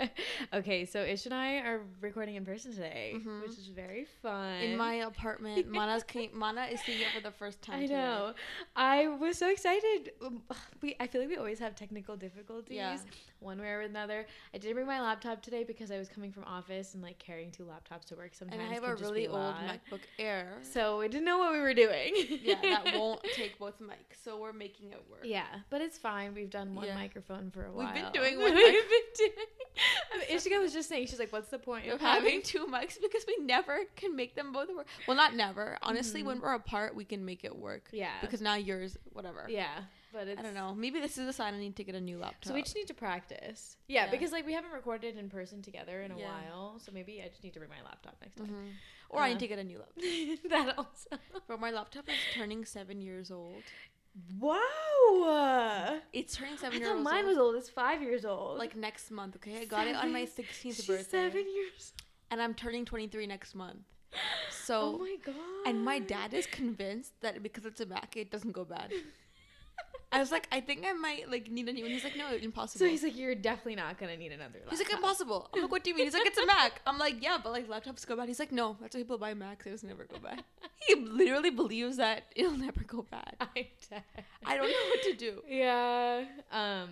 okay, so Ish and I are recording in person today, Mhm. which is very fun. in my apartment. Mana's came, Mana is seeing it for the first time. I today. know. I was so excited. Um, We I feel like we always have technical difficulties Yeah. one way or another. I did bring my laptop today because I was coming from office and like carrying two laptops to work sometimes. And I have can a just really be a old lot. MacBook Air. So we didn't know what we were doing. yeah, that won't take both mics, so we're making it work. Yeah, but it's fine. We've done one Yeah. microphone for a while. We've been doing one We've mic- been doing. Ishika was just saying, she's like, "What's the point Of having two mics because we never can make them both work. Well, not never. Honestly, when we're apart, we can make it work. Mm-hmm. Yeah, Because now yours, whatever. yeah, but it's, I don't know. Maybe this is a sign I need to get a new laptop. So we just need to practice. Yeah, Yeah. because like we haven't recorded in person together in a Yeah. while, so maybe I just need to bring my laptop next time. Mhm. Or I Uh, need to get a new laptop. that also. But my laptop is turning seven years old. Wow. It's turning I seven years thought old. mine was old. It's five years old. like next month. Okay, I got it on my Seven. 16th She's birthday, seven years. and I'm turning 23 next month. Oh So, my god. and my dad is convinced that because it's a Mac, it doesn't go bad. I was like, I think I might like need a new one. He's like, no, impossible. So he's like, you're definitely not gonna need another. Laptop. He's like, impossible. I'm like, what do you mean? He's like, it's a Mac. I'm like, yeah, but like laptops go bad. He's like, no, that's why people buy Macs. They just never go bad. He literally believes that it'll never go bad. I'm dead. I don't know what to do. Yeah. Um.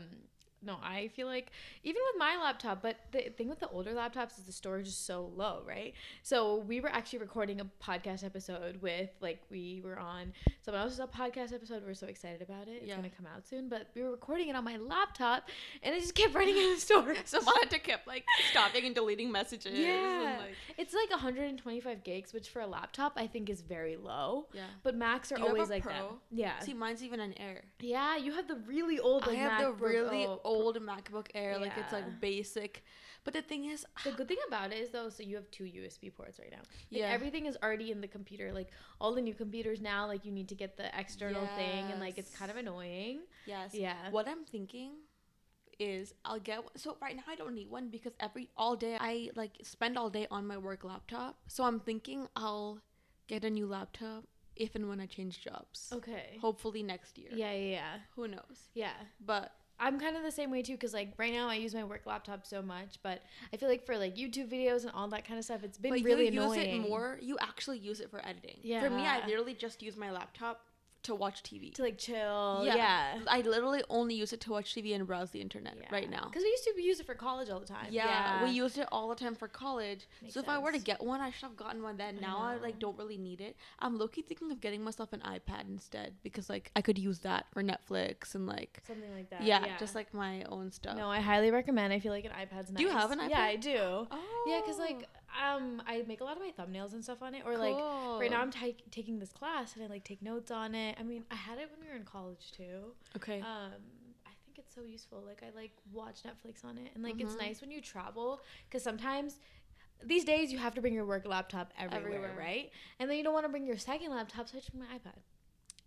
No, I feel like even with my laptop, but the thing with the older laptops is the storage is so low, right? So we were actually recording a podcast episode with like we were on someone else's podcast episode. We're so excited about it. It's Yeah. gonna come out soon, but we were recording it on my laptop, and it just kept running out of storage. So Monica kept like stopping and deleting messages. Yeah. And, like, it's like 125 gigs, which for a laptop I think is very low. yeah. But Macs are Do you have always a like that. Pro? Yeah. See, mine's even an Air. Yeah, you have the really old. I Like, have MacBook Oh, the really Pro- old MacBook Air, like it's Yeah. like basic. But the thing is, The good thing about it is though, so you have two USB ports right now. Like, Yeah. everything is already in the computer. Like all the new computers now, like you need to get the external thing, and like it's kind of Yes. annoying. yes, Yeah. What I'm thinking is I'll get one. so right now I don't need one because every all day I like spend all day on my work laptop. So I'm thinking I'll get a new laptop if and when I change jobs. Okay. Hopefully next year. Yeah, yeah, yeah, Who knows? yeah. But I'm kind of the same way too, because like right now I use my work laptop so much, but I feel like for like YouTube videos and all that kind of stuff, it's been but really you use annoying. it more. You actually use it for editing. For me, I Yeah. literally just use my laptop to watch TV. to like chill. Yeah. Yeah. yeah. I literally only use it to watch TV and browse the internet right now. Because we used to use it for college all the time. Yeah, we used it all the time for college. Makes so if I were to sense. get one, I should have gotten one then. I Now I, know. like don't really need it. I'm low key thinking of getting myself an iPad instead because like I could use that for Netflix and like something like that. yeah, just like my own stuff. No, I highly recommend. I feel like an iPad's nice. Do you have an Yeah, iPad? I do. oh, Yeah, because like um, I make a lot of my thumbnails and stuff on Oh, it, or like right now I'm ti taking this class and I like take notes on it. I mean, I had it when we were in college too. okay. Um, I think it's so useful. Like I like watch Netflix on it, and like it's Mhm. nice when you travel because sometimes. These days, you have to bring your work laptop everywhere, Everywhere. right? And then you don't want to bring your second laptop, so I just bring my iPad.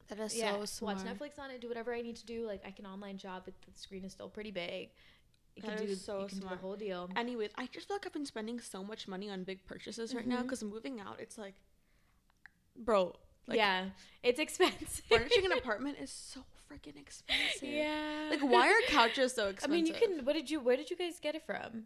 that is yeah, so smart. watch Netflix on it, do whatever I need to do. Like I can online shop, but the screen is still pretty big. You That can do is so you can do smart. the whole deal. Anyways, I just feel like I've been spending so much money on big purchases right now 'cause now Mhm. because moving out, it's like, bro, like, yeah, it's expensive. furnishing an apartment is so freaking expensive. yeah. Like, why are couches so I expensive? mean, you can. What did you? Where did you guys get it from?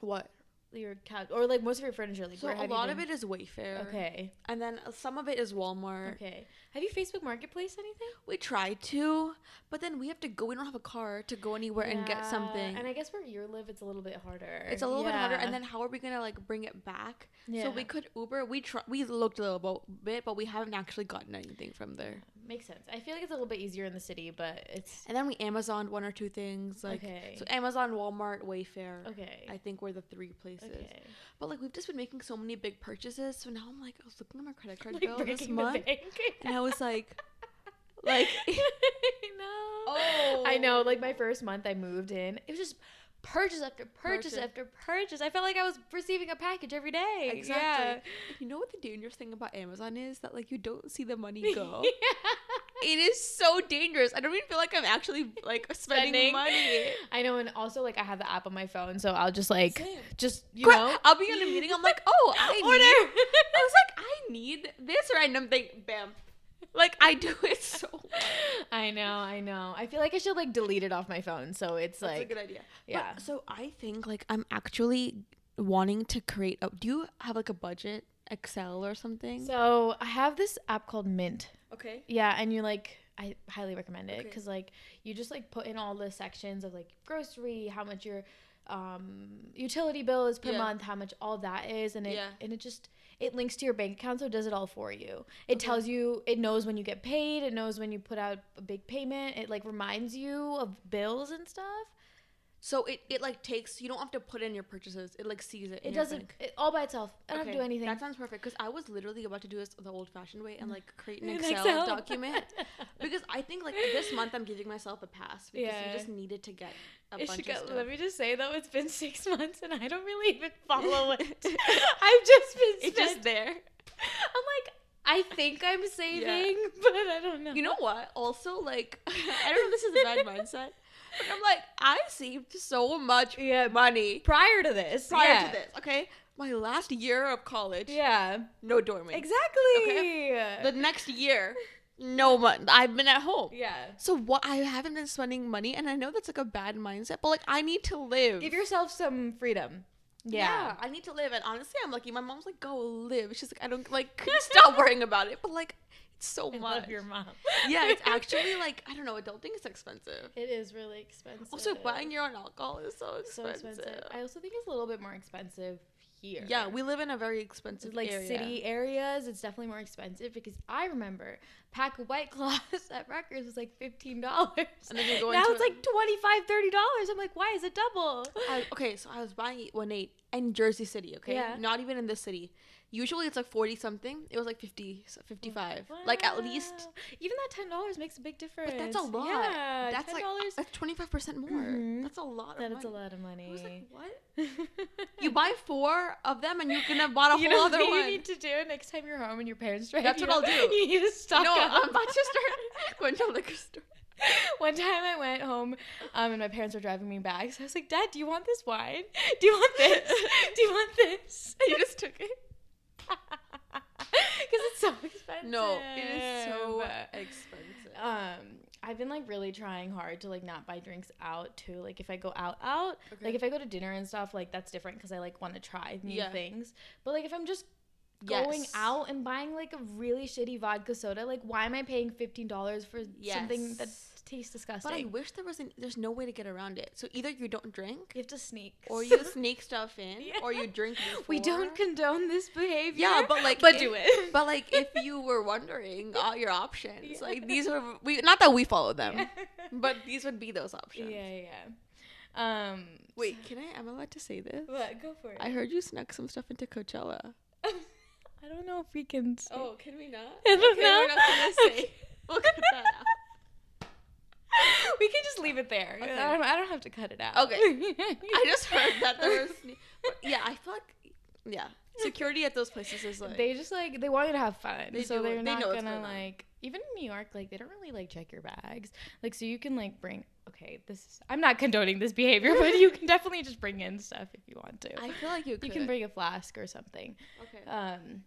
what? Your couch, or like most of your furniture? Like So where a have lot you of been- it is Wayfair. Okay. And then uh, some of it is Walmart. Okay. Have you Facebook Marketplace anything? We try to, but then we have to go. We don't have a car to go anywhere and get Yeah, something. And I guess where you live, it's a little bit harder. it's a little bit harder. Yeah. And then how are we gonna like bring it back? yeah. So we could Uber. We try. We looked a little bo- bit, but we haven't actually gotten anything from there. makes sense. I feel like it's a little bit easier in the city, but it's And then we Amazoned one or two things. Like okay. so, Amazon, Walmart, Wayfair. okay. I think were the three places. okay. But like we've just been making so many big purchases. So now I'm like, I was looking at my credit card Like bill this breaking the month, bank. and I was like, like. Oh. no. I know, like my first month I moved in, it was just purchase after purchase, Purchase. after purchase. I felt like I was receiving a package every day. Exactly. You know what the dangerous thing about Amazon is that like you don't see the money Yeah. go. Yeah. it is so dangerous. I don't even feel like I'm actually like spending, money. I know, and also like I have the app on my phone, so I'll just like Same. just you Crap, know I'll be in a meeting. I'm like, oh, I need. order. I was like, I need this random thing. Bam. Like I do it so. I I know, I know. I feel like I should like delete it off my phone. So it's That's like, a good idea. yeah. But, so I think like I'm actually wanting to create. A, do you have like a budget Excel or something? So I have this app called Mint. okay. Yeah, and you like I highly recommend it Okay. because like you just like put in all the sections of like grocery, how much your um utility bill is per Yeah. month, how much all that is, and it Yeah. and it just it links to your bank account, so it does it all for you. It Okay. tells you, it knows when you get paid, it knows when you put out a big payment, it like reminds you of bills and stuff. So it, it like takes. You don't have to put in your purchases. It like sees it. in It your doesn't bank. it, all by itself. I don't have Okay, to do anything. That sounds perfect because I was literally about to do this the old-fashioned way and like create an In Excel, Excel. document because I think like this month I'm giving myself a pass because Yeah. you just needed to get a It bunch should of go- stuff. Let me just say though, it's been six months and I don't really even follow it. I've just been it's just spent- there. I'm like, I think I'm saving, but I don't know. You know what? Also, like I don't know if this is a bad mindset, but I'm like I saved so much yeah, money prior to this, prior yeah. to this. Okay, my last year of college, yeah, no dorming. exactly. The next year, no month. I've been at home. yeah, So what I haven't been spending money and I know that's like a bad mindset, but like I need to live. give yourself some freedom. Yeah, I need to live and honestly I'm lucky. My mom's like, go live. She's like, I don't like stop worrying about it. But like it's so I much. love your mom. yeah, it's actually like I don't know, adulting is expensive. it is really expensive. Also buying your own alcohol is so so expensive. expensive. I also think it's a little bit more expensive here. Yeah, we live in a very expensive like area. city areas, it's definitely more expensive because I remember pack of White Claws at Rutgers was like fifteen dollars, And then you go now into it's a- like twenty five, thirty dollars. I'm like, why is it double? I- okay, so I was buying one eight in Jersey City, okay? Yeah. Not even in this city. Usually it's like 40 something. It was like 50, 55. Like at least Wow. even that ten dollars makes a big difference. But that's a lot. Yeah, that's ten like dollars. that's twenty five percent more. Mhm. That's a lot. That of is a money. lot of money. I was like, what? You buy four of them and you could have bought a You whole know other what you one. need to do next time you're home and your parents drive. That's you what I'll up, do. You need to stock no, up. I'm about to start going to liquor store. One time I went home um, and my parents were driving me back. So I was like, Dad, do you want this wine? Do you want this? Do you want this? You just took it. Because it's so expensive. No, it is so expensive. Um, I've been like really trying hard to like not buy drinks out too. Like if I go out, out, like if I go to dinner and stuff, like that's different because I like want to try new Yeah. things. But like if I'm just Yes. going out and buying like a really shitty vodka soda, like why am I paying fifteen dollars for something that Yes. tastes But I disgusting? wish there wasn't. There's no way to get around it. So either you don't drink, you have to sneak, or you sneak stuff in, Yeah. or you drink. We don't before. condone this behavior. Yeah, but like, but if- do it. But like, if you were wondering all your options, Yeah. like these were we not that we follow them, yeah, but these would be those options. yeah. yeah. Um, Wait, can I? Am I allowed to say this? what? Go for it. I heard you snuck some stuff into Coachella. I don't know if we Oh, can. Say. can we not? I don't okay, know. We're not gonna say. Okay. We'll cut that out. we can just leave it there. Okay. I, don't, I don't have to cut it out. Okay. I just heard that there was. sne- but yeah, I feel like yeah, security at those places is like. they just like they want you to have fun, They so do. they're They not know what's gonna going on. like. Even in New York, like they don't really like check your bags. Like so you can like bring. Okay, this is, I'm not condoning this behavior, but you can definitely just bring in stuff if you want to. I feel like you. Could. you can bring a flask or something. Okay. Um,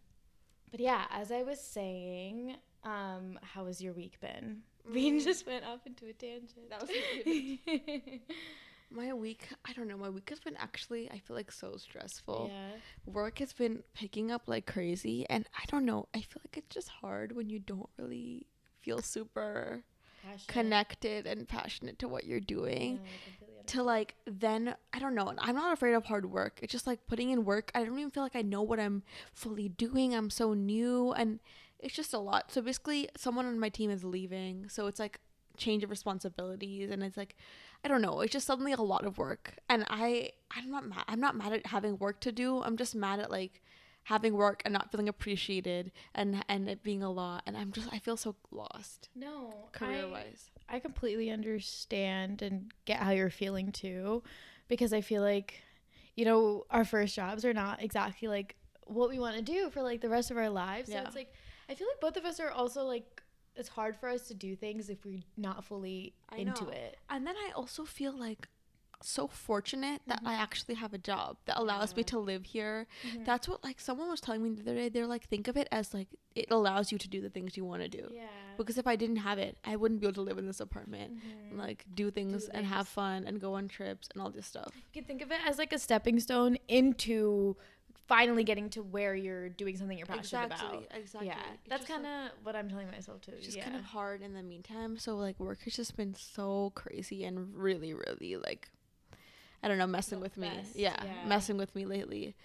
but yeah, as I was saying, um, how has your week been? We Mm. just went off into a tangent. That was a my week. I don't know. My week has been actually. I feel like so stressful. yeah. Work has been picking up like crazy, and I don't know. I feel like it's just hard when you don't really feel super Passionate. connected and passionate to what you're doing. No, I completely to like then I don't know. and I'm not afraid of hard work. It's just like putting in work. I don't even feel like I know what I'm fully doing. I'm so new and it's just a lot. So basically someone on my team is leaving. So it's like change of responsibilities and it's like I don't know. It's just suddenly a lot of work. And I I'm not mad I'm not mad at having work to do. I'm just mad at like having work and not feeling appreciated and and it being a lot and I'm just I feel so lost No, career I- wise. I completely understand and get how you're feeling too, because I feel like, you know, our first jobs are not exactly like what we want to do for like the rest of our lives. So Yeah. it's like, I feel like both of us are also like, it's hard for us to do things if we're not fully I into know. it. And then I also feel like so fortunate that I actually have a job that allows me Yeah. to live here. Mm-hmm. That's what like someone was telling me the other day. They're like, think of it as like it allows you to do the things you want to do. yeah. Because if I didn't have it, I wouldn't be able to live in this apartment, Mhm. and, like Mm-hmm. do things and have things. fun and go on trips and all this stuff. You can think of it as like a stepping stone into finally getting to where you're doing something you're passionate about. exactly. Yeah, that's kind of what I'm telling myself too. It's just yeah. kind of hard in the meantime. So like work has just been so crazy and really, really like I don't know, messing Not with me. best, Yeah, yeah. messing with me lately.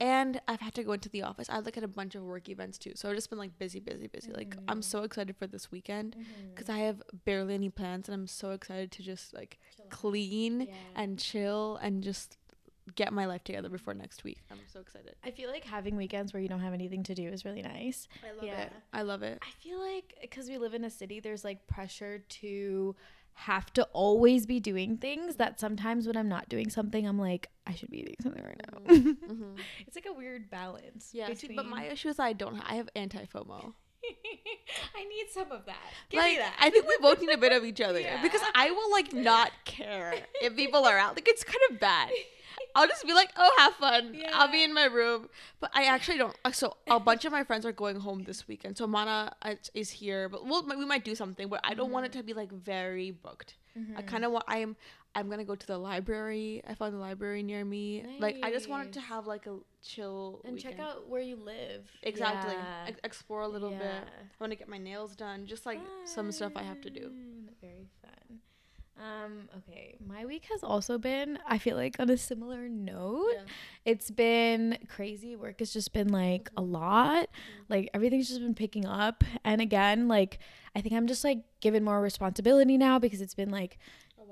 And I've had to go into the office. I look at a bunch of work events too. So I've just been like busy, busy, busy. Like Mm-hmm. I'm so excited for this weekend because I have barely any plans, and I'm so excited to just like clean Yeah. and chill and just get my life together before next week. I'm so excited. I feel like having weekends where you don't have anything to do is really nice. I love Yeah. it. I love it. I feel like because we live in a city, there's like pressure to have to always be doing things that sometimes when I'm not doing something, I'm like, I should be doing something right now. Mhm. Mm-hmm. It's like a weird balance. Yeah, see, but my issue is I don't. Ha- I have anti FOMO. I need some of that. Give Like me that. I think we both need a bit of each other because Yeah. I will like not care if people are out. Like it's kind of bad. I'll just be like, oh, have fun. I'll be Yeah. in my room. But I actually don't. uh, So a bunch of my friends are going home this weekend. So Mana uh, is here, but we'll, we might do something. But I don't want it to be like very booked. I kind of want. I'm. I'm gonna go to the library. I found the library near me. Like I just wanted to Nice. have like a chill and check weekend. out where you live. Exactly. Yeah. Ex- explore a little bit. Yeah. I want to get my nails done. Just like some stuff I have to do. Fun. Very fun. Um, okay. My week has also been, I feel like, on a similar note. Yeah. It's been crazy. Work has just been like a lot. Like everything's just been picking up. And again, like I think I'm just like given more responsibility now because it's been like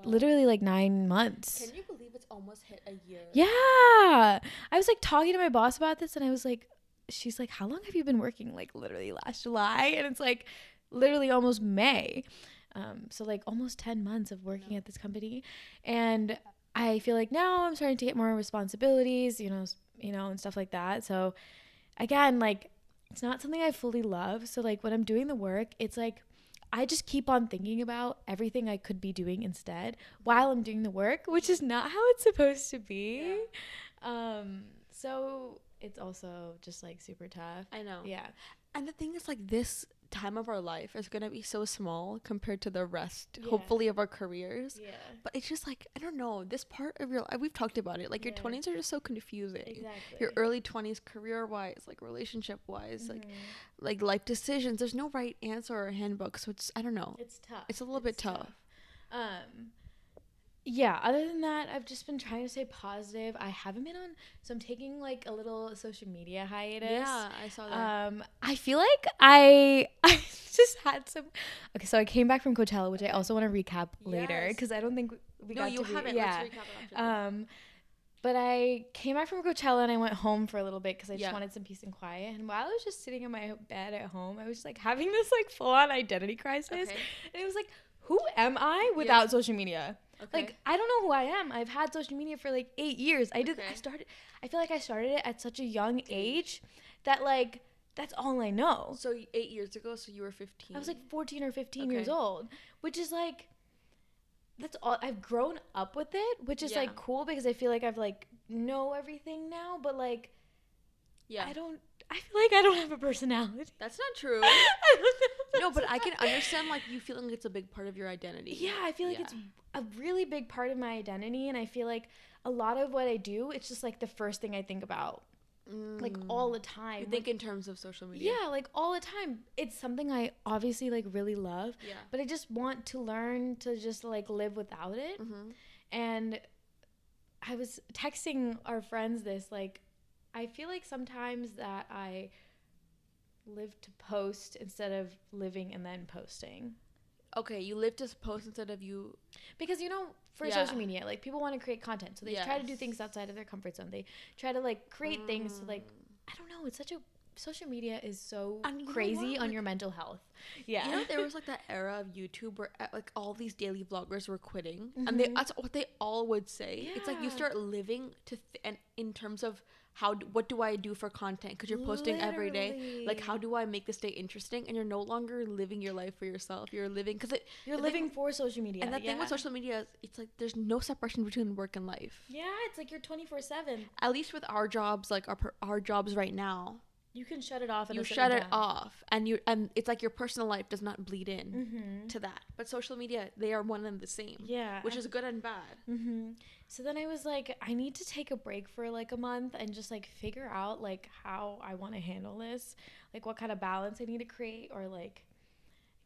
literally like nine months. Oh, you believe it's almost hit a year? Yeah. I was like talking to my boss about this and I was like, she's like, how long have you been working? Like literally last July. And it's like literally almost May. Um, so like almost 10 months of working at this company. And I feel like now I'm starting to get more responsibilities, you know, s- you know, and stuff like that. So again, like it's not something I fully love. So like when I'm doing the work, it's like I just keep on thinking about everything I could be doing instead while I'm doing the work, which is not how it's supposed to be. Um, so it's also just like super tough. I know. Yeah. And the thing is, like this time of our life is gonna be so small compared to the rest, Yeah. hopefully, of our careers. Yeah. But it's just like I don't know. This part of your life, we've talked about it. Like your Yeah. twenties are just so confusing. Exactly. Your early twenties, career wise, like relationship wise, like like life decisions. There's no right answer or handbook. So it's I don't know. it's tough. It's a little bit tough. Um yeah, other than that, I've just been trying to stay positive. I haven't been on so I'm taking like a little social media hiatus. Yeah, I saw that. Um, I feel like I I just had some. Okay, so I came back from Coachella, which I also want to recap later Yes. because I don't think we, we no, got you to. re- haven't. Yeah. Let's recap it after um, but I came back from Coachella and I went home for a little bit because I just Yeah. wanted some peace and quiet. And while I was just sitting in my bed at home, I was just, like having this like full on identity crisis, this. Okay. and it was like, who am I without social media? Like Like I don't know who I am. I've had social media for like eight years. I did. I Okay. started. I feel like I started it at such a young age that like that's all I know. so y- eight years ago, so you were fifteen. I was like 14 or 15 years Mm. Okay. old, which is like that's all I've grown up with it, which is Yeah. like cool because I feel like I've like know everything now, but like yeah, I don't. I feel like I don't have a personality. that's not true. I don't know. no, but I That's can not- understand like you feeling it's a big part of your identity. Yeah, I feel like Yeah. it's a really big part of my identity, and I feel like a lot of what I do, it's just like the first thing I think about, like Mm. all the You time. think like, in terms of social media. yeah, like all the time. It's something I obviously like really love, Yeah. but I just want to learn to just like live without it. Mhm. And I was texting our friends this, like, I feel like sometimes that I live to post instead of living and then posting. Okay, you live to post instead of you. Because, you know, for Yeah. social media, like, people want to create content. So they try to do things Yes. outside of their comfort zone. They try to, like, create things to, like, Mm. I don't know. It's such a social media is so And you know crazy what? on Like- your mental health. Yeah. You know, there was like that era of YouTube where uh, like all these daily vloggers were quitting, and they Mhm. that's what they all would say. It's like you Yeah. start living to th- and in terms of how d- what do I do for content because you're posting every day. Like how Literally. do I make this day interesting? And you're no longer living your life for yourself. You're living because it you're the thing- living for social media. and that thing with yeah. social media is it's like there's no separation between work and life. Yeah, it's like you're 24 7. At least with our jobs, like our per- our jobs right now, You can shut it off. At you a certain shut it time. off, and you and it's like your personal life does not bleed in Mhm. to that. But social media, they are one and the same, Yeah. which is good and bad. hmm So then I was like, I need to take a break for like a month and just like figure out like how I want to handle this, like what kind of balance I need to create, or like,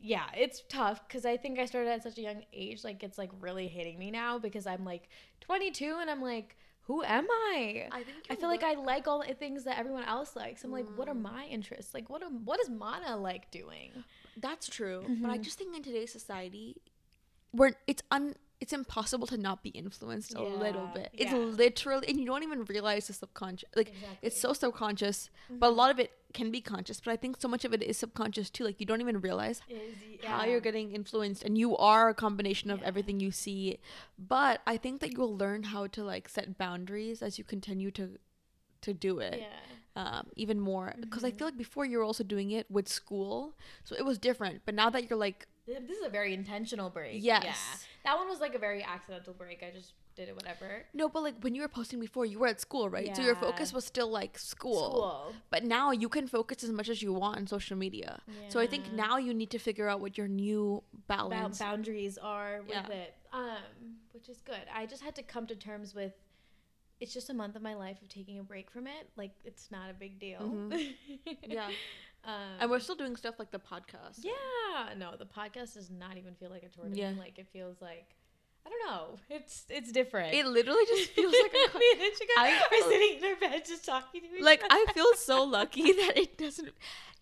yeah, it's tough because I think I started at such a young age. Like it's like really hitting me now because I'm like 22 and I'm like, who am I? I think I feel like I like all the things that everyone else likes. I'm like, what are my interests? Like, what am, what is Mana like doing? that's true, but Mm-hmm. I just think in today's society, where it's un it's impossible to not be influenced a little Yeah, bit. It's yeah. literally, and you don't even realize the subconscious. Like it's so subconscious, Mm-hmm. but a lot of it can be conscious. But I think so much of it is subconscious too. Like you don't even realize Is, how you're getting influenced and you are a combination of Yeah. everything you see but i think that you'll learn how to like set boundaries as you continue to to do it Yeah. Mm-hmm. um, even more because i feel like before you were also doing it with school so it was different but now that you're like Th- This is a very intentional break. Yes. That one was like a very accidental break. I just did it whatever. no but like when you were posting before you were at school right so your Yeah. focus was still like school, but now you can focus as much as you want on social media so i think Yeah. now you need to figure out what your new Ba- balance boundaries are with Yeah. it. Um, which is good. I just had to come to terms with it's just a month of my life of taking a break from it. Like it's not a big deal. Mhm. yeah Um, and we're still doing stuff like the podcast Yeah. No, the podcast does not even feel like a tour to Yeah. me. Like it feels like I don't know. It's it's different. It literally just feels like a co- me and Ishika I feel- are sitting in their bed just talking to each like other. I feel so lucky that it doesn't.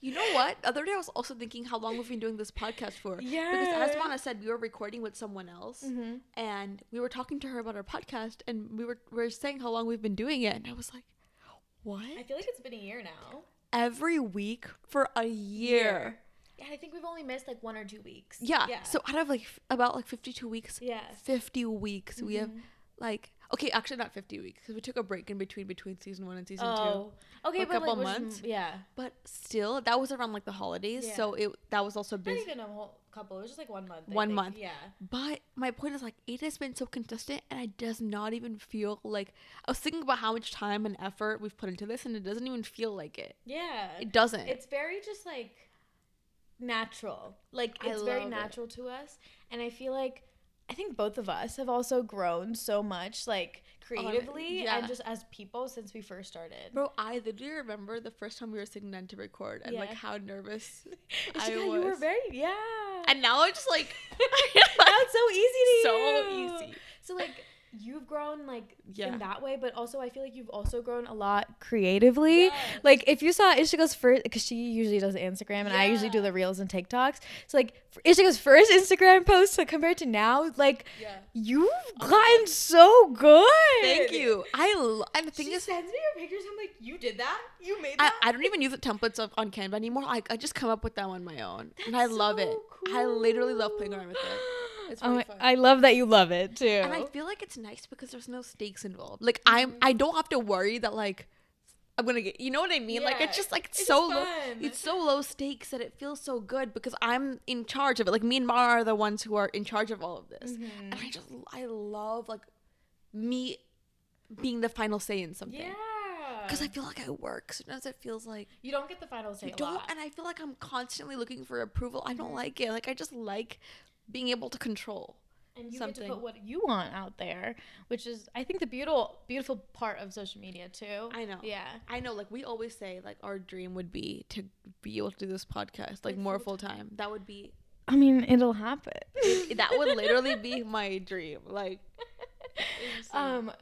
You know what? The other day I was also thinking how long we've been doing this podcast for. yeah. Because as Mana said, we were recording with someone else, Mhm. and we were talking to her about our podcast, and we were we were saying how long we've been doing it, and I was like, I "What? feel like it's been a year now. Every week for a year? Yeah, I think we've only missed like one or two weeks. Yeah. Yeah. So out of like f- about like fifty-two weeks, Yes. fifty weeks we Mm-hmm. have like okay, actually not fifty weeks because we took a break in between between season one and season two. Oh. Okay, For a but couple like, which- months. yeah. But still, that was around like the holidays, Yeah. so it that was also Not busy. even a whole couple. It was just like one month. I One think. month. Yeah. But my point is like it has been so consistent, and it does not even feel like I was thinking about how much time and effort we've put into this, and it doesn't even feel like it. Yeah. It doesn't. It's very just like natural. Like I it's very love it. natural to us, and I feel like I think both of us have also grown so much, like Oh my- creatively yeah. and just as people since we first started. Bro, I literally remember the first time we were sitting down to record, and like Yeah. how nervous It's I like, was. you were very yeah. and now it's just like That's so easy to you. so easy. So like you've grown like Yeah. in that way, but also I feel like you've also grown a lot creatively. Yes. Like if you saw Ishika's first, because she usually does Instagram and I usually do Yeah. the reels and TikToks. So like for Ishika's first Instagram post like, compared to now, like Yeah. you've gotten so good. Oh Thank you. I lo- and the thing She is, sends me your pictures. I'm like, you did that? You made I, that? I don't even use the templates of on Canva anymore. I, I just come up with them on my own, and I That's love it. so I literally love cool. playing around with it. It's Oh really my- fun. I love that you love it too. and I feel like it's nice because there's no stakes involved. Like I'm, I don't have to worry that like I'm gonna get. You know what I mean? Like it's Yeah, just like it's so low. fun. It's so low stakes that it feels so good because I'm in charge of it. Like me and Mara are the ones who are in charge of all of this, Mm-hmm. and I just I love like me being the final say in something. yeah. Because I feel like I work. Sometimes it feels like you don't get the final say. I a don't, lot. and I feel like I'm constantly looking for approval. I don't like it. Like I just like being able to control. and you get something. to put what you want out there, which is I think the beautiful beautiful part of social media too. I know. Yeah. I know, like we always say, like our dream would be to be able to do this podcast like Like, more full full time. That would be I mean, it'll happen. that would literally be my dream. Like, um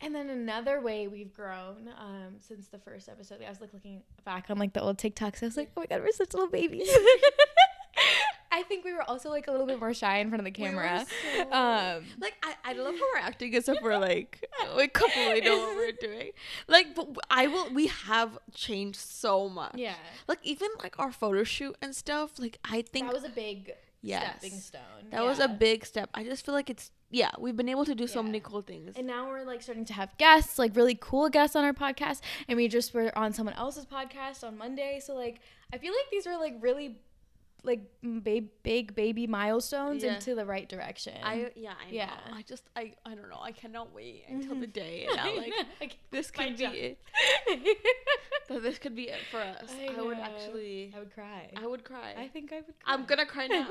and then another way we've grown um, since the first episode, I was like looking back on like the old TikToks. I was like, oh my god, we're such little babies. I I think we were also like a little bit more shy in front of the We were camera. so- um, like I, I love how we're acting as if we're like we completely know what we're doing. Like but w- I will we have changed so much. yeah, Like even like our photo shoot and stuff, like I think that was a big Yes. stepping stone. That was a yeah. big step. I just feel like it's yeah, we've been able to do so Yeah. many cool things. And now we're like starting to have guests, like really cool guests on our podcast. And we just were on someone else's podcast on Monday. So like I feel like these were like really like big big baby milestones Yeah. into the right direction. I yeah, Mm-hmm. I know. Yeah. I just I I don't know. I cannot wait until the day and I'm like this My could be job. it. That this could be it for us. I I, would know. actually I would cry. I would cry. I think I would cry. I'm gonna cry now.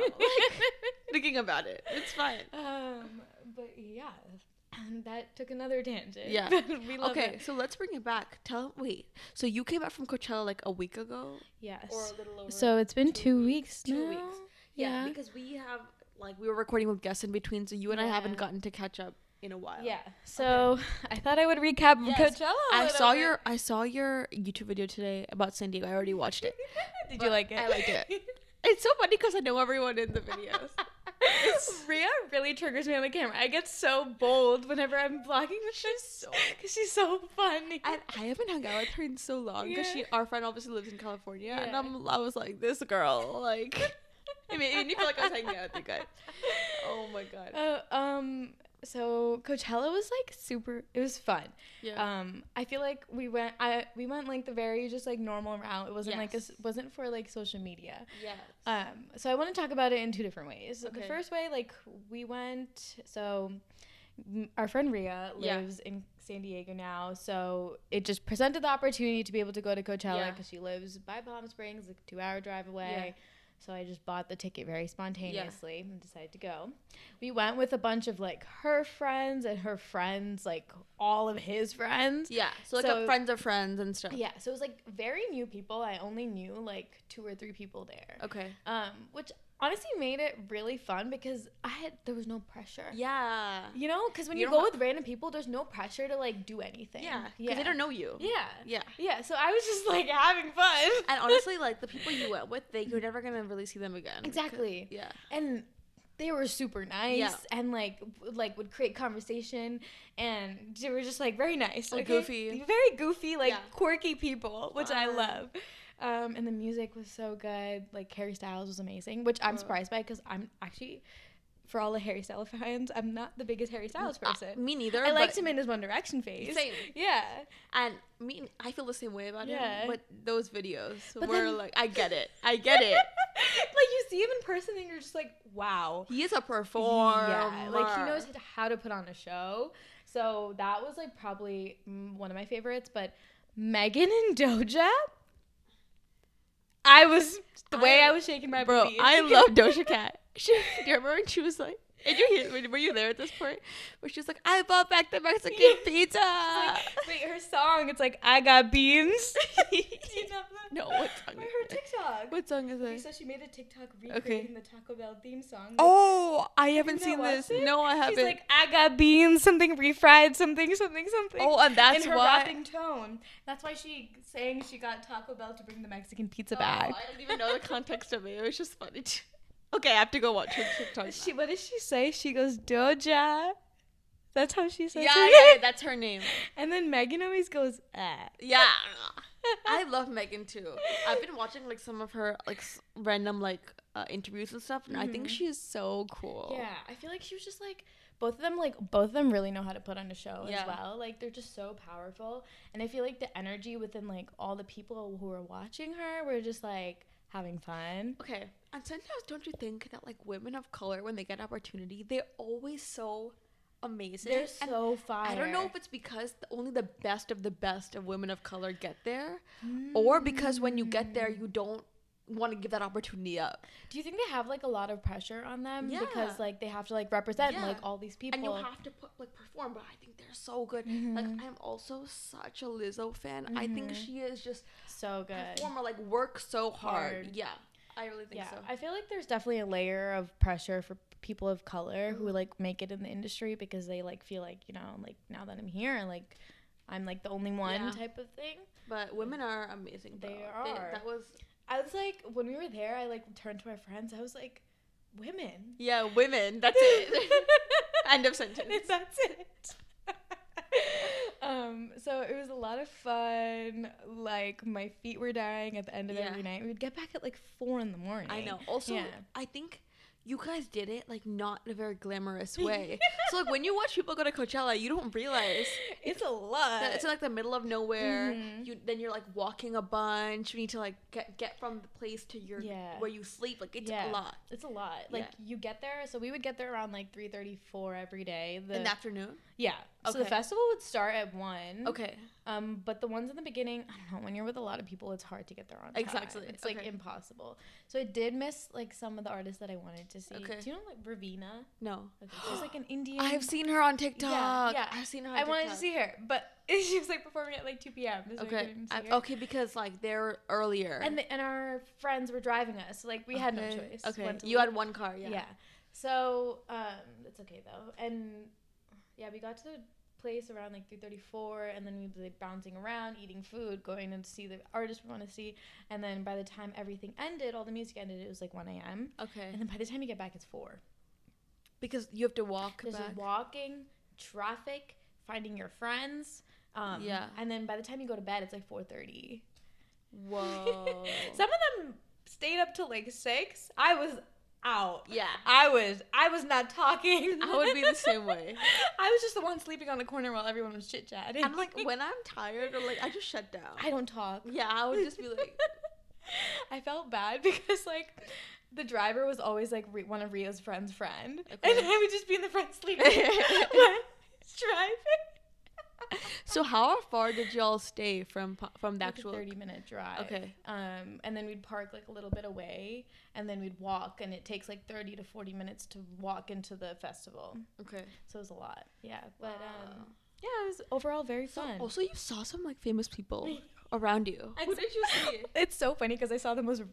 thinking about it. It's fine. um but yeah. And that took another tangent. Yeah. we love Okay, it. so let's bring it back. Tell wait. So you came back from Coachella like a week ago, Yes. little over. so it's been two, weeks, now. Two weeks. Yeah, Yeah. because we have like we were recording with guests in between, so you and I haven't Yeah. gotten to catch up in a while. Yeah. So I thought I would recap Yes. Coachella. a I little saw bit. your I saw your YouTube video today about San Diego. I already watched it. Did you but like it? I liked it. It's so funny because I know everyone in the videos. Rhea really triggers me on the camera. I get so bold whenever I'm vlogging with her, so because she's so funny. And I haven't hung out with her in so long because Yeah. she, our friend, obviously lives in California, and Yeah. I'm, I was like, this girl, like, I mean, it made me feel like I was hanging out with you guys. Oh my god. Uh, um. So Coachella was like super. It was fun. Yeah. Um. I feel like we went. I we went like the very just like normal route. It wasn't like a Yes. s wasn't for like social media. yeah. Um, so I want to talk about it in two different ways. The Okay. first way, like we went, so m- our friend Ria Yeah. lives in San Diego now, so it just presented the opportunity to be able to go to Coachella Yeah. because she lives by Palm Springs, like a two-hour drive away. So I just bought the ticket very spontaneously and decided to go. We went with a bunch of like her friends and her friends, like all of his friends. yeah. So like so- a friends of friends and stuff. Yeah, so it was like very new people. I only knew like two or three people there Okay. um, which honestly made it really fun because I had there was no pressure. Yeah. You know, because when You you, don't go ha- with random people, there's no pressure to like do anything. Yeah. Because yeah, they don't know you. yeah, Yeah. yeah. So I was just like having fun. And honestly, like the people you went with, they, you're never gonna really see them again. exactly, Yeah. and they were super nice Yeah. and like w- like would create conversation and they were just like very nice, Like okay? goofy. very goofy, like Yeah. quirky people, which I Fun. love. Um, and the music was so good. Like Harry Styles was amazing, which I'm Oh. surprised by because I'm actually, for all the Harry Styles fans, I'm not the biggest Harry Styles Uh, person. me neither. I liked but- him in his One Direction phase. Same. Yeah, And me, I feel the same way about Yeah. him. But those videos But were then- like, I get it. I get it. like you see him in person and you're just like, wow. He is a performer. Yeah, like he knows how to put on a show. So that was like probably mm, one of my favorites. But Megan and Doja, I was the way I- I was shaking my Bro, booty. I love Doja Cat. She, do you remember when she was like, did you hear, were- were you there at this point? Where she was like, I bought back the Mexican Yeah. pizza. Wait, her song. It's like I got beans. Do you know that? No, what song Or is her it? TikTok. what song is Okay, this? so she made a TikTok recreating the Taco Bell theme song. Oh, I haven't not seen this. watched it? No, I She's haven't. like, I got beans, something refried, something, something, something. oh, and that's in her why. rapping tone. That's why she saying she got Taco Bell to bring the Mexican pizza Oh, back. I didn't even know the context of it. It was just funny. to- okay, I have to go watch her TikTok. She, now. what does she say? She goes Doja. That's how she says yeah, it. yeah, that's her name. And then Megan always goes ah. Yeah. I love Megan too. I've been watching like some of her like s- random like uh, interviews and stuff, and I think Mhm. she is so cool. Yeah, I feel like she was just like both of them. Like both of them really know how to put on a show Yeah. as well. Like they're just so powerful, and I feel like the energy within like all the people who are watching her were just like having fun. Okay. And sometimes don't you think that like women of color, when they get opportunity, they're always so amazing. They're And so fire. I don't know if it's because the, only the best of the best of women of color get there, or because when you get there, you don't want to give that opportunity up, Do you think they have like a lot of pressure on them Yeah. because like they have to like represent Yeah. like all these people? Mm-hmm. and you have to put like perform. But I think they're so good. Like I'm also such a Lizzo fan. I think she is just so Mm-hmm. good. performer like work so hard. Hard. Yeah, I really think yeah, so. I feel like there's definitely a layer of pressure for people of color Mm-hmm. who like make it in the industry because they like feel like you know like now that I'm here like I'm like the only one Yeah. type of thing. But women are amazing. They though. are. that was I was like when we were there, I like turned to my friends. I was like, women. Yeah, women. That's it. End of sentence. That's it. um, so it was a lot of fun. Like my feet were dying at the end of Yeah. every night. We would get back at like four in the morning. I know. Also, Yeah. I think you guys did it like not in a very glamorous way. so like when you watch people go to Coachella, you don't realize It's a lot. that it's in, like the middle of nowhere. Mhm. You then you're like walking a bunch. You need to like get get from the place to your Yeah. where you sleep. Like it's Yeah. a lot It's a lot. Like Yeah. you get there, so we would get there around like three thirty four every day. The, Mm-hmm. in the afternoon. yeah. So the Okay. festival would start at one. Okay. Um, but the ones in the beginning, I don't know. When you're with a lot of people, it's hard to get there on time. Exactly. It's like Okay. impossible. So I did miss like some of the artists that I wanted to see. Okay. Do you know like Ravina? No. Okay, She's like an Indian. I've seen her on TikTok. yeah. I've seen her. On I wanted to TikTok. see her, but she was like performing at like two p.m. so I Okay. couldn't see I- oh, her. okay, because like they're earlier. And the, and our friends were driving us, so like we had no choice. Okay. when to You had leave. one car. Yeah. Yeah. So um, it's okay though, and yeah, we got to the place around like three thirty four, and then we were like, bouncing around, eating food, going and see the artist we want to see, and then by the time everything ended, all the music ended, it was like one a.m. Okay. And then by the time you get back, it's four. Because you have to walk There's back. just walking, traffic, finding your friends. Um, Yeah. And then by the time you go to bed, it's like four thirty. Whoa. Some of them stayed up till like six. I was out. yeah. I was I was not talking. I would be the same way. I was just the one sleeping on the corner while everyone was chit chatting. I'm like when I'm tired or like I just shut down. I don't talk. yeah, I would just be like, I felt bad because like the driver was always like re- one of Rio's friend's friend, Okay. and I would just be in the front sleeping when he's driving. so how far did y'all stay from po- from the Like a actual? 30 minute drive. Okay. Um, and then we'd park like a little bit away, and then we'd walk, and it takes like 30 to 40 minutes to walk into the festival. Okay. So it was a lot. Yeah. But um, Mm. Wow. yeah, it was overall very So fun. also you saw some like famous people around you. I who saw- did you see? It's so funny because I saw the most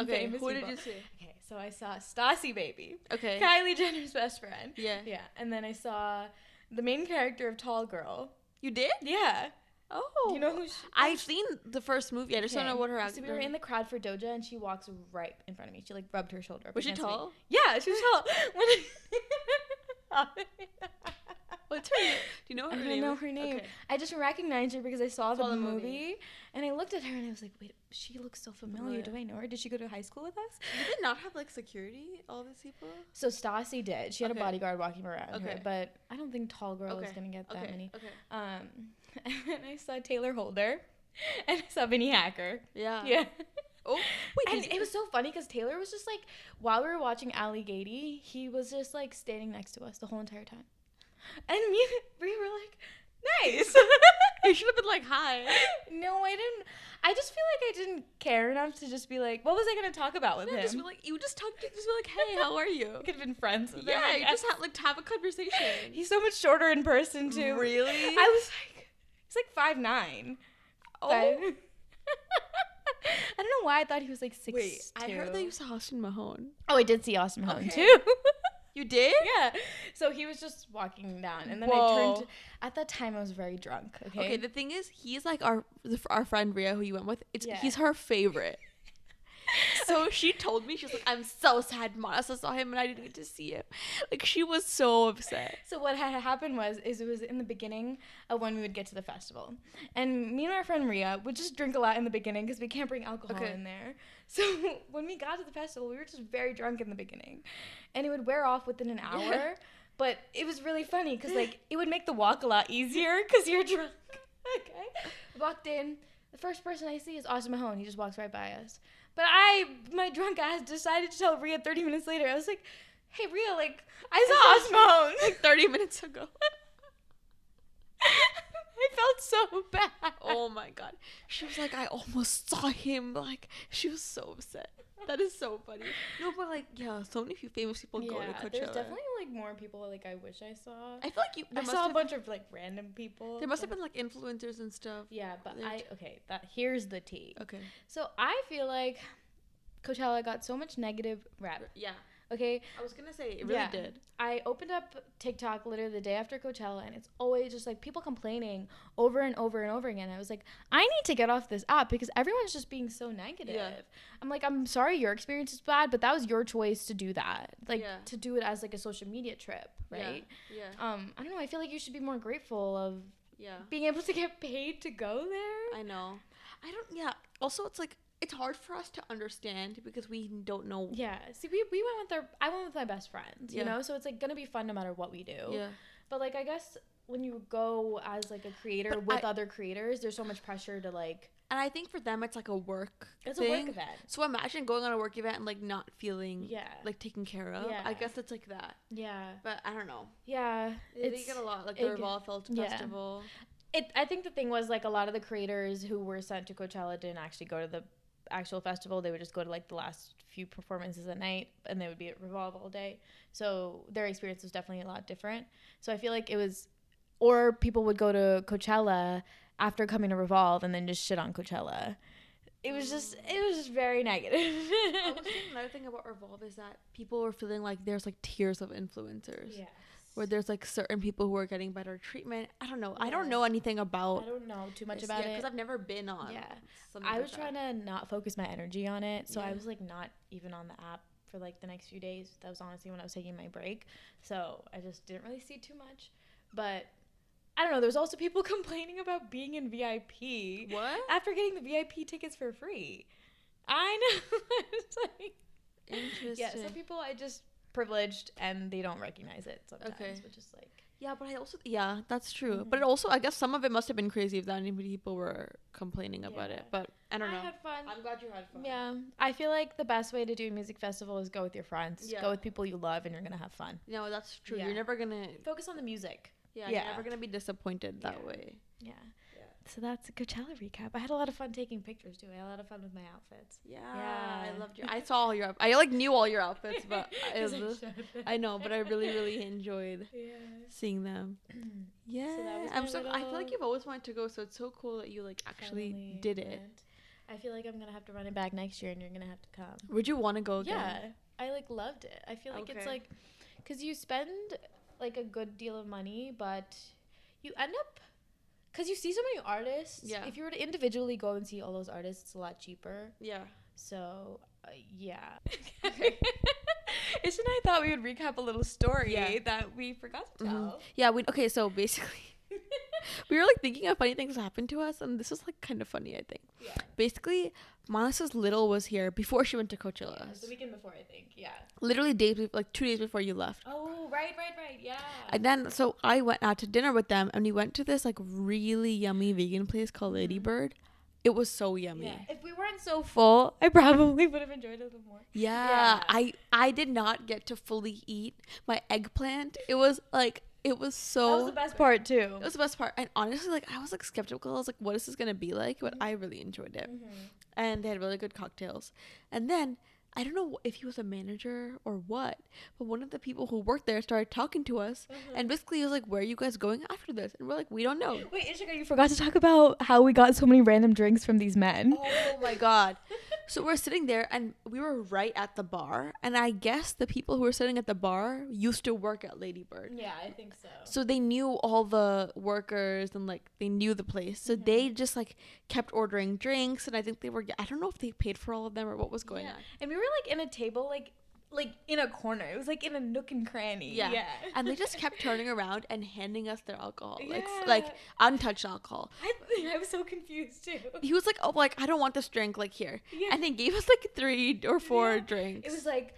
Okay. famous Who people. did you see? Okay, so I saw Stassi Baby, Okay. Kylie Jenner's best friend. Yeah. Yeah, and then I saw the main character of Tall Girl. You did? Yeah. Oh. Do you know who she I've seen the first movie. I just don't know Okay. what her So actor. we were in the crowd for Doja, and she walks right in front of me. She like rubbed her shoulder. up was she against me. tall? Yeah, she was tall. When What's her? name? Do you know her I name? don't know her name. Okay. I just recognized her because I saw the, Saw the movie, movie. and I looked at her and I was like, "Wait, she looks so Familiar. familiar. Do I know her? Did she go to high school with us?" Did they not have like security? All these people. So Stassi did. She had Okay. a bodyguard walking around her, Okay. but I don't think Tall Girl is Okay. gonna get that okay. many. Okay. Um, and I saw Taylor Holder, and I saw Vinny Hacker. Yeah. yeah. Oh, wait. And did it was so funny because Taylor was just like, while we were watching Ali Gady, he was just like standing next to us the whole entire time, and me, we were like, nice. you should have been like, hi. no, I didn't. I just feel like I didn't care enough to just be like, what was I gonna talk about with No, him? just be like, you just talk to, just be like, hey, how are you? I could have been friends with him. yeah, I you guess. just have like to have a conversation. He's so much shorter in person too. Really? I was like, he's like five nine. oh, I don't know why I thought he was like six. wait. I heard that two. you saw Austin Mahone. Oh, I did see Austin Mahone Okay. too. You did? yeah. So he was just walking down, and then I Whoa. turned. At that time, I was very drunk. Okay. Okay. The thing is, he's like our the, our friend Ria, who you went with. It's Yeah. he's her favorite. So she told me she's like, I'm so sad. Monica saw him and I didn't get to see him. Like she was so upset. so what had happened was, is it was in the beginning of when we would get to the festival, and me and our friend Ria would just drink a lot in the beginning because we can't bring alcohol Okay. in there. So when we got to the festival, we were just very drunk in the beginning, and it would wear off within an hour. But it was really funny because like it would make the walk a lot easier because you're drunk. okay, walked in. The first person I see is Austin Mahone. He just walks right by us. But I, my drunk ass, decided to tell Ria 30 minutes later. I was like, "Hey Ria, like I saw Austin Mahone." Like 30 minutes ago. I felt so bad. Oh my god. She was like, I almost saw him. Like, she was so upset. That is so funny. No, but like, yeah, so many few famous people go to Coachella. there's definitely like more people like I wish I saw. I feel like you. There I must saw a have, bunch of like random people. There must have but- been like influencers and stuff. Yeah, but there- Oh. I okay. That here's the tea. Okay. So I feel like Coachella got so much negative rep Yeah. Okay. I was gonna say it really Yeah. did. I opened up TikTok literally the day after Coachella, and it's always just like people complaining over and over and over again. I was like, I need to get off this app because everyone's just being so negative. Yeah. I'm like, I'm sorry your experience is bad, but that was your choice to do that, like Yeah. to do it as like a social media trip, right? Yeah, Um, I don't know. I feel like you should be more grateful of yeah. being able to get paid to go there. I know. I don't. Yeah. Also, it's like it's hard for us to understand because we don't know. yeah. See, we, we went with our I went with my best friends, Yeah. you know, so it's like gonna be fun no matter what we do. Yeah. But like I guess when you go as like a creator But with I- other creators, there's so much pressure to like And I think for them, it's like a work. it's thing. a work event. So imagine going on a work event and like not feeling Yeah. like taken care of. Yeah. I guess it's like that. Yeah. But I don't know. Yeah. They It's, get a lot like it the get- Revolve Felt yeah. Festival. it I think the thing was like a lot of the creators who were sent to Coachella didn't actually go to the actual festival. They would just go to like the last few performances at night and they would be at Revolve all day. So their experience was definitely a lot different. So I feel like it was or people would go to Coachella after coming to Revolve and then just shit on Coachella. It was just it was just very negative. I was thinking another thing about Revolve is that people are feeling like there's like tiers of influencers. Yes. Where there's like certain people who are getting better treatment. I don't know. I don't Yeah. know anything I about don't know too much about it. because I've never been on. Yeah. something I like was that. trying to not focus my energy on it, so I Yeah. was like not even on the app for like the next few days. That was honestly when I was taking my break, so I just didn't really see too much. But I don't know. There was also people complaining about being in VIP What? after getting the VIP tickets for free. I know. it's like, Interesting. yeah, some people I just privileged and they don't recognize it sometimes, Okay. which is like Yeah, but I also yeah, that's true. Mm-hmm. But it also, I guess some of it must have been crazy if that many people were complaining about it. Yeah. But I don't know. had fun. I'm glad you had fun. yeah, I feel like the best way to do a music festival is go with your friends, Yeah. go with people you love, and you're gonna have fun. No, that's true. Yeah. You're never gonna. Focus on the music. Yeah, Yeah. you're never gonna be disappointed that Yeah. way. Yeah. Yeah. So that's a Coachella recap. I had a lot of fun taking pictures too. I had a lot of fun with my outfits. Yeah, Yeah. I loved your. I saw all your. I like knew all your outfits, uh, but I, was- I know. But I really, really enjoyed Yeah. seeing them. Yeah, was I'm my so. I feel like little you've always wanted to go, so it's so cool that you like actually did it. I feel like I'm gonna have to run it back next year, and you're gonna have to come. Would you want to go again? Yeah. I like loved it. I feel like it's Okay. like, cause you spend like a good deal of money, but you end up. Cause you see so many artists. Yeah. If you were to individually go and see all those artists, it's a lot cheaper. Yeah. So, uh, yeah. Okay. Ish and I thought we would recap a little story Yeah. that we forgot to Mhm. tell. Yeah. We okay. So basically. we were like thinking of funny things that happened to us, and this is like kind of funny, I think. yeah. Basically, Manisha's little was here before she went to yeah. Coachella. It was the weekend before, I think. Yeah. Literally days, be- like two days before you left. Oh, right, right, right. Yeah. And then, so I went out to dinner with them, and we went to this like really yummy vegan place called Ladybird. It was so yummy. Mm-hmm. yeah. Yeah, If we weren't so full, I probably would have enjoyed it a little more. Yeah. I I did not get to fully eat my eggplant. It was like it was so. That was the best part too. It was the best part. And honestly, like I was like skeptical. I was like, what is this gonna be like? But I really enjoyed it. And they had really good cocktails. And then I don't know if he was a manager or what, but one of the people who worked there started talking to us and basically he was like, Where are you guys going after this? And we're like, We don't know. Wait, Ishika, you forgot to talk about how we got so many random drinks from these men. Oh my god. So we're sitting there and we were right at the bar. And I guess the people who were sitting at the bar used to work at Ladybird. Yeah, I think so. So they knew all the workers and like they knew the place. So they just like kept ordering drinks and I think they were I don't know if they paid for all of them or what was going yeah. on. And we were like in a table, like like in a corner. It was like in a nook and cranny. Yeah. yeah. And they just kept turning around and handing us their alcohol. Like s- Yeah. like untouched alcohol. I, I was so confused too. He was like, "Oh, like I don't want this drink like here." Yeah. And they gave us like 3 or 4 Yeah. drinks. It was like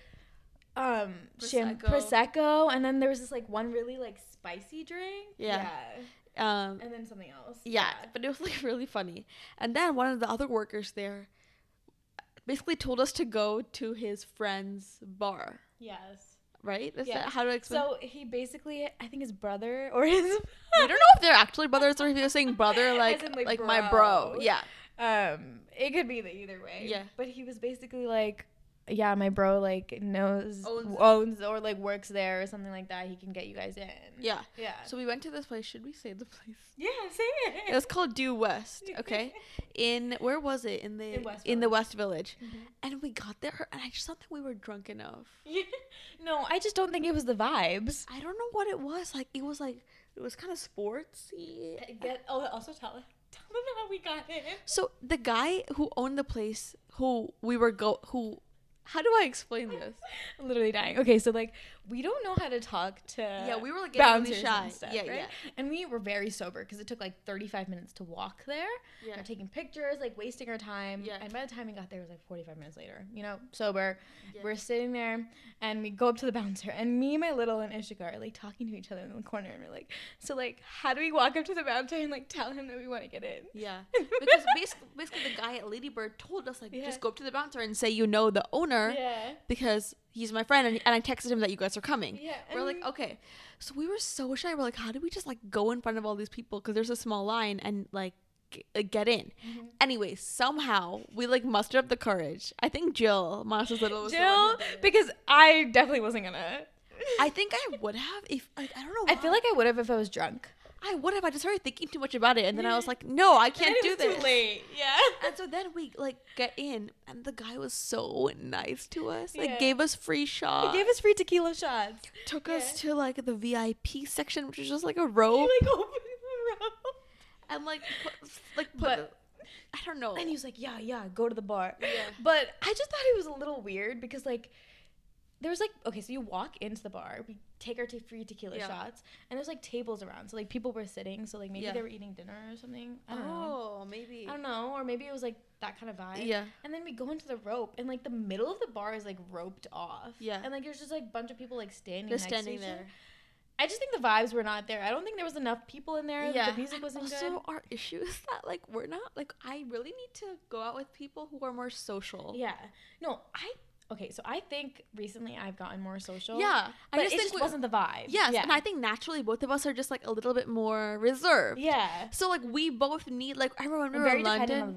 um cham- Prosecco. prosecco, and then there was this like one really like spicy drink. Yeah. um and then something else. yeah, but it was like really funny. And then one of the other workers there basically told us to go to his friend's bar, Yes. right? Is Yeah. that how to explain? So he basically, I think his brother or his. I don't know if they're actually brothers or if he was saying brother As like in, like, like, my bro. bro. Yeah. Um, it could be the either way. Yeah. But he was basically like, yeah, my bro like knows Owns owns, it. or like works there or something like that, he can get you guys in. Yeah. Yeah. So we went to this place. Should we say the place? yeah, say It was called Due West, okay? In where was it? In the In West Mm-hmm. in the West Village. And we got there and I just thought that we were drunk enough. no, I just don't think it was the vibes. I don't know what it was. Like it was like it was kind of sportsy. Get, oh, also tell tell them how we got in. So the guy who owned the place who we were go who how do I explain this? I'm literally dying. Okay, so like we don't know how to talk to Yeah, we were, like, getting really bouncers shy. and stuff, Yeah, right? And we were very sober because it took like 35 minutes to walk there. Yeah. We're taking pictures, like wasting our time. Yeah. And by the time we got there, it was like 45 minutes later. You know, sober. Yeah. We're sitting there, and we go up to the bouncer, and me, my little, and Ishika are like talking to each other in the corner, and we're like, so like, how do we walk up to the bouncer and like tell him that we want to get in? Yeah. Because basically, basically the guy at Ladybird told us like Yeah. just go up to the bouncer and say you know the owner Yeah. because he's my friend and, and I texted him that you guys are coming. Yeah. We're like, okay. So we were so shy. We're like, how do we just like go in front of all these people? Because there's a small line and like g- uh, get in. Mm-hmm. Anyway, somehow we like mustered up the courage. I think Jill, Marsha's little, was the one who Jill, did it. because I definitely wasn't gonna. I think I would have if like, I don't know. I feel why. like I would have if I was drunk. I would have. I just started thinking too much about it, and then I was like, no, I can't do this. late. Yeah. And so then we like get in, and the guy was so nice to us. Like Yeah. gave us free shots. He gave us free tequila shots. took yeah. us to like the VIP section, which is just like a row. like opened the room. and like put, like put But- the- I don't know. And he was like, yeah, yeah, go to the bar. Yeah. But I just thought it was a little weird because, like, there was like, okay, so you walk into the bar, we take our te- free tequila Yeah. shots, and there's like tables around. So, like, people were sitting. So, like, maybe Yeah. they were eating dinner or something. I don't know. oh, maybe. I don't know. Or maybe it was like that kind of vibe. Yeah. And then we go into the rope, and like the middle of the bar is like roped off. Yeah. And like there's just like a bunch of people like standing. They're next standing to each there. Other. I just think the vibes were not there. I don't think there was enough people in there. Yeah. The music and wasn't also good. our issue is that like we're not like I really need to go out with people who are more social. Yeah. No, I. Okay, so I think recently I've gotten more social. Yeah, But it just we- wasn't the vibe. Yes, Yeah. and I think naturally both of us are just like a little bit more reserved. yeah. So like we both need like I remember when we We're were very in dependent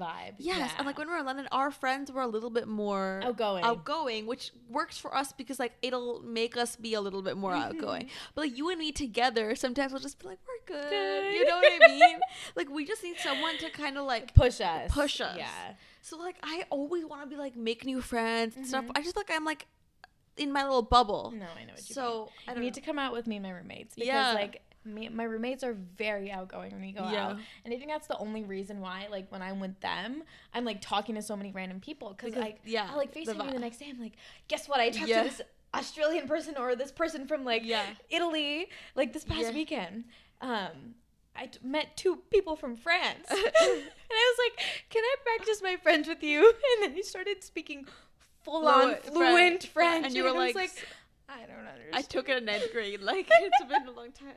London. on the vibe. Oh, Yes, and like when we were in London, our friends were a little bit more Outgoing. outgoing, which works for us because like it'll make us be a little bit more outgoing. Mm-hmm. But like you and me together, sometimes we'll just be like, we're good. Good. You know what I mean? like we just need someone to kind of like. push us. push us. Yeah. So like I always want to be like make new friends and stuff. I just like I'm like in my little bubble. No, Mm-hmm. Mm, I know what you so mean. I You don't need know. to come out with me and my roommates because Yeah. like me my roommates are very outgoing when we go Yeah. out. And I think that's the only reason why like when I'm with them, I'm like talking to so many random people cuz Because- like yeah, I like the FaceTime you the vibe. next day I'm like guess what I talked Yeah. to this Australian person or this person from like Yeah. Italy like this past Yeah. weekend. Um I t- met two people from France. and I was like, "Can I practice my French with you?" And then he started speaking full on Fluent French. fluent French. And you were I was like, "I don't understand." I took it in ninth grade. Like it's been a long time.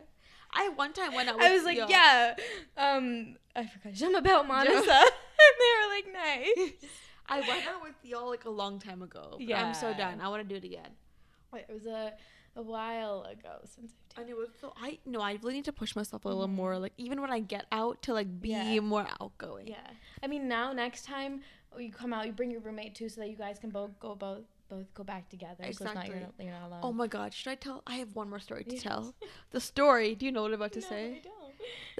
I one time went out. With I was like, Yo. yeah, um, I forgot. Je m'appelle Manasa. and they were like, nice. I went out with y'all like a long time ago. but I'm so Yeah. done. I want to do it again. Wait, it was a, a while ago since I've And it was so I no, I really need to push myself a little more. Like even when I get out to like be Mm-hmm. Yeah. more outgoing. Yeah. I mean, now, next time oh, you come out, you bring your roommate too so that you guys can both go both both go back together. So it's not, Exactly. you're, not, you're not alone. Oh my god, should I tell? I have one more story to Yes. tell. The story. Do you know what I'm about to No, I say? don't.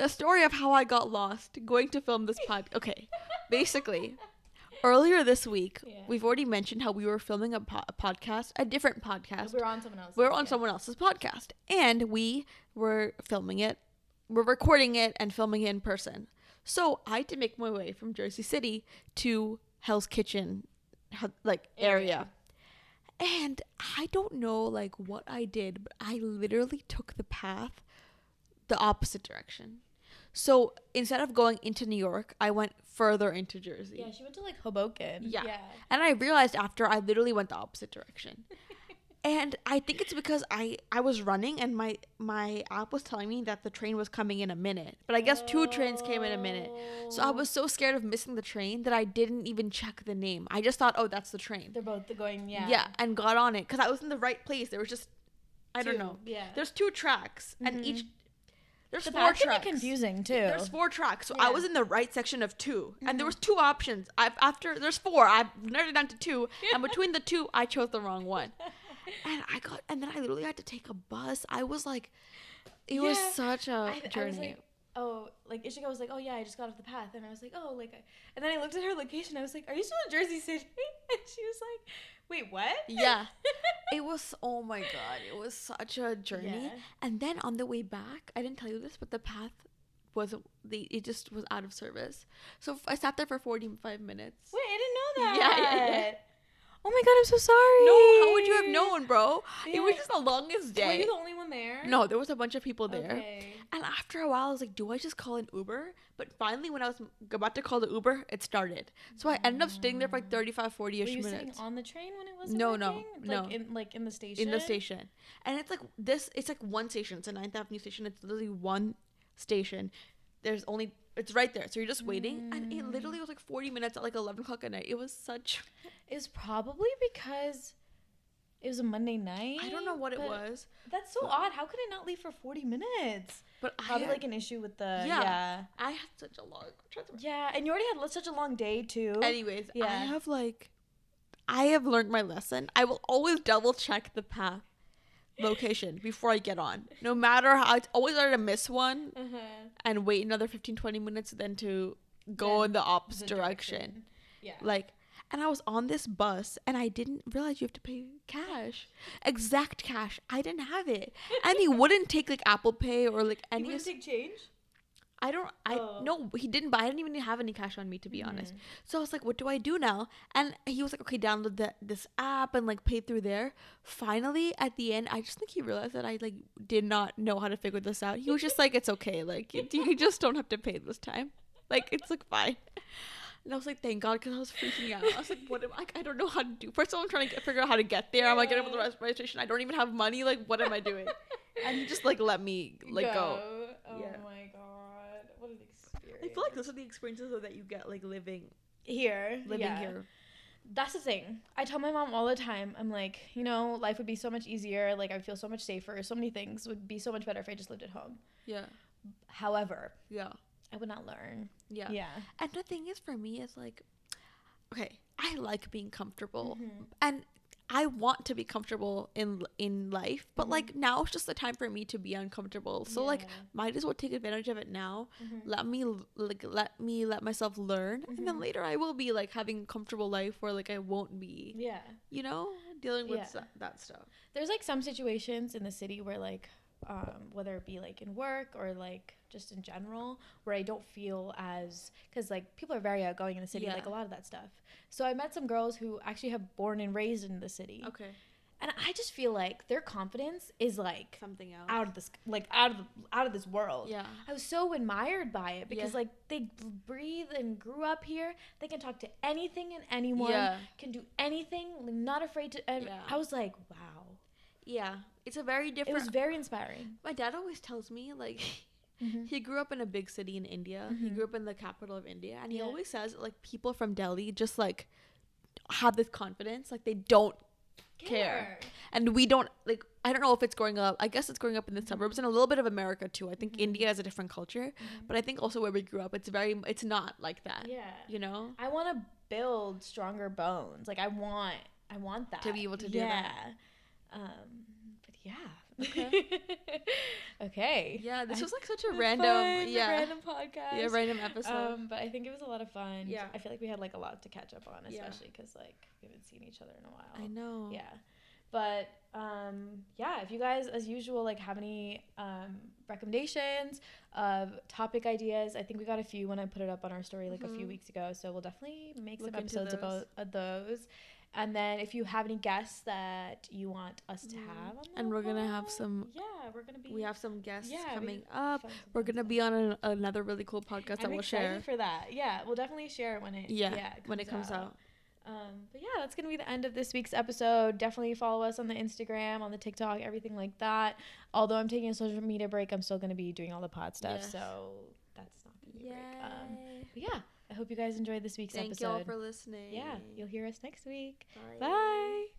The story of how I got lost going to film this pod. Okay, basically, earlier this week, Yeah. we've already mentioned how we were filming a, po- a podcast, a different podcast. We're on someone else. we were on someone else's podcast and we were filming it we're recording it and filming it in person so i had to make my way from jersey city to hell's kitchen h- like area and i don't know like what i did but i literally took the path the opposite direction so instead of going into new york i went further into jersey Yeah, she went to like Hoboken. Yeah. and I realized after I literally went the opposite direction. and I think it's because I I was running and my my app was telling me that the train was coming in a minute. But I guess two trains came in a minute. So I Oh. was so scared of missing the train that I didn't even check the name. I just thought, "Oh, that's the train." They're both going, yeah. Yeah, and got on it cuz I was in the right place. There was just I don't Two, know. Yeah. There's two tracks and each There's The four back can tracks. be confusing too. There's four tracks, so I Yeah. was in the right section of 2 and there was two options. I after there's four, I've narrowed it down to two, and between the two, I chose the wrong one, and I got and then I literally had to take a bus. I was like, it was Yeah. such a I, I journey. was like, oh, like Ishika was like, oh yeah, I just got off the path, and I was like, oh, like, I, and then I looked at her location. I was like, are you still in Jersey City? And she was like, wait, what? yeah, it was. Oh my god, it was such a journey. Yeah. And then on the way back, I didn't tell you this, but the path wasn't. The it just was out of service. So f- I sat there for forty five minutes. Wait, I didn't know Yeah, that. yeah, yeah. Oh my god, I'm so sorry. No, how would you have known, bro? It was Yeah. just the longest Were day. you the only one there? No, there was a bunch of people there. Okay. And after a while, I was like, do I just call an Uber? But finally, when I was about to call the Uber, it started. So I ended up staying there for like 35, 40 Were ish you sitting minutes on the train when it wasn't No, no, working? no. Like in like in the station. in the station. And it's like this, it's like one station. It's a Ninth Avenue station. It's literally one station. There's only, it's right there. So you're just waiting. And it literally was like 40 minutes at like 11 o'clock at night. It was such, It's probably because it was a Monday night. I don't know what it but was. That's so odd. How could it not leave for 40 minutes? But I, Probably had, like an issue with the Yeah. yeah. I had such a long transport. Yeah, and you already had such a long day too. Anyways, I Yeah. have like, I have learned my lesson. I will always double check the path location before I get on. No matter how, it's always better to miss one uh-huh. and wait another 15, 20 minutes than to go in the opposite The direction. Yeah. Like, and I was on this bus and I didn't realize you have to pay cash, exact cash. I didn't have it, and he wouldn't take like Apple Pay or like you any. wouldn't take change? I don't. I Oh. Mm-hmm. no. He didn't buy. I didn't even have any cash on me to be honest. So I was like, "What do I do now?" And he was like, "Okay, download the, this app and like pay through there." Finally, at the end, I just think he realized that I like did not know how to figure this out. He was just like, "It's okay. Like you, you just don't have to pay this time. Like it's like fine." And I was like, "Thank God," because I was freaking out. I was like, "What am I? I don't know how to do." First of all, I'm trying to get, figure out how to get there. I'm like, getting up with the rest- registration. I don't even have money. Like, what am I doing? And he just like let me like go. Oh Yeah. my god. What an experience. I feel like those are the experiences though, that you get like living here. living yeah. here. That's the thing. I tell my mom all the time, I'm like, you know, life would be so much easier. Like, I would feel so much safer. So many things would be so much better if I just lived at home. Yeah. However, Yeah. I would not learn. Yeah. Yeah. And the thing is for me is like okay, Mm-hmm. I like being comfortable. Mhm. And I want to be comfortable in in life, but like now it's just the time for me to be uncomfortable. So like Yeah. might as well take advantage of it now. Mhm. Let me l- like let me let myself learn and then Mhm. later I will be like having a comfortable life where like I won't be, Yeah. you know, dealing with Yeah. stu- that stuff. There's like some situations in the city where, like, um, whether it be like in work or like just in general, where I don't feel as because like people are very outgoing in the city, Yeah. like a lot of that stuff. So I met some girls who actually have born and raised in the city, Okay. and I just feel like their confidence is like Something else. out of this like out of the, out of this world. Yeah. I was so admired by it because Yeah. like they b- breathe and grew up here. They can talk to anything and anyone. Yeah. Can do anything. like, Not afraid to. And Yeah. I was like, wow. Yeah. It's a very It different was very inspiring. My dad always tells me like Mhm. he grew up in a big city in India. He grew up in the capital of India, and he Mm-hmm. Yeah. always says like people from Delhi just like have this confidence, like they don't care. And we don't like I don't know if it's growing up. I guess it's growing up in the Mm-hmm. suburbs and a little bit of America too. I think India is a different culture, but I think also where we grew up, it's very it's not like that. Mm-hmm. Yeah. You know? I want to build stronger bones. Like I want. I want that To be able to do that. Yeah. Um. But yeah. Okay. okay. Yeah, this I- was like such a That's random fun, a yeah. Random podcast. yeah, random episode. Um, but I think it was a lot of fun. Yeah. I feel like we had like a lot to catch up on, Yeah. especially because like we haven't seen each other in a while. I know. Yeah. But um, yeah, if you guys, as usual, like have any um, recommendations of topic ideas, I think we got a few when I put it up on our story like a few Mhm. weeks ago. So we'll definitely make some Look into episodes those. about of those. And then if you have any guests that you want us to Mhm. have, on And the we're gonna have pod, some- Yeah, we're gonna be. We have some guests Yeah, we- coming up. fun stuff We're on gonna this. be on an another really cool podcast that I'm we'll excited share. for that. Yeah, we'll definitely share when it. yeah, when it comes out. Um, but yeah, that's gonna be the end of this week's episode. Definitely follow us on the Instagram, on the TikTok, everything like that. Although I'm taking a social media break, I'm still gonna be doing all the pod stuff, Yes. so that's not gonna be a break. Um, but yeah, I hope you guys enjoyed this week's Thank episode. y'all for listening. yeah, you'll hear us next week. Bye. Bye.